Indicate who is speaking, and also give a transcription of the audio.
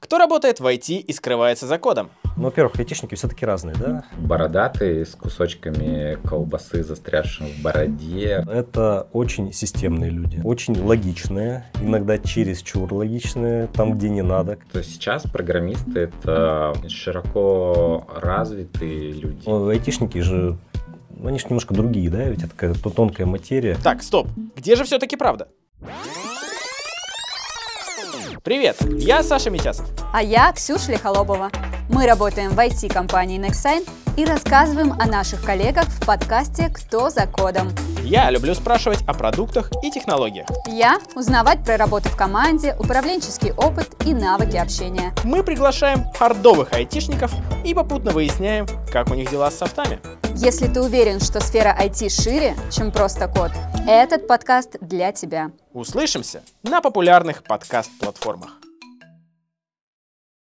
Speaker 1: Кто работает в IT и скрывается за кодом?
Speaker 2: Ну, во-первых, айтишники все-таки разные, да?
Speaker 3: Бородатый, с кусочками колбасы, застрявшим в бороде.
Speaker 2: Это очень системные люди, очень логичные, иногда чересчур логичные, там, где не надо.
Speaker 3: То есть сейчас программисты это широко развитые люди.
Speaker 2: Ну, Айтишники же, ну, они же немножко другие, да? Ведь это такая тон- тонкая материя.
Speaker 1: Так, стоп. Где же все-таки правда? Привет, я Саша Митясов.
Speaker 4: А я Ксюша Лихолобова. Мы работаем в IT-компании Nexign и рассказываем о наших коллегах в подкасте «Кто за кодом?».
Speaker 1: Я люблю спрашивать о продуктах и технологиях.
Speaker 4: Я – узнавать про работу в команде, управленческий опыт и навыки общения.
Speaker 1: Мы приглашаем хардовых айтишников и попутно выясняем, как у них дела с софтами.
Speaker 4: Если ты уверен, что сфера IT шире, чем просто код, этот подкаст для тебя.
Speaker 1: Услышимся на популярных подкаст-платформах.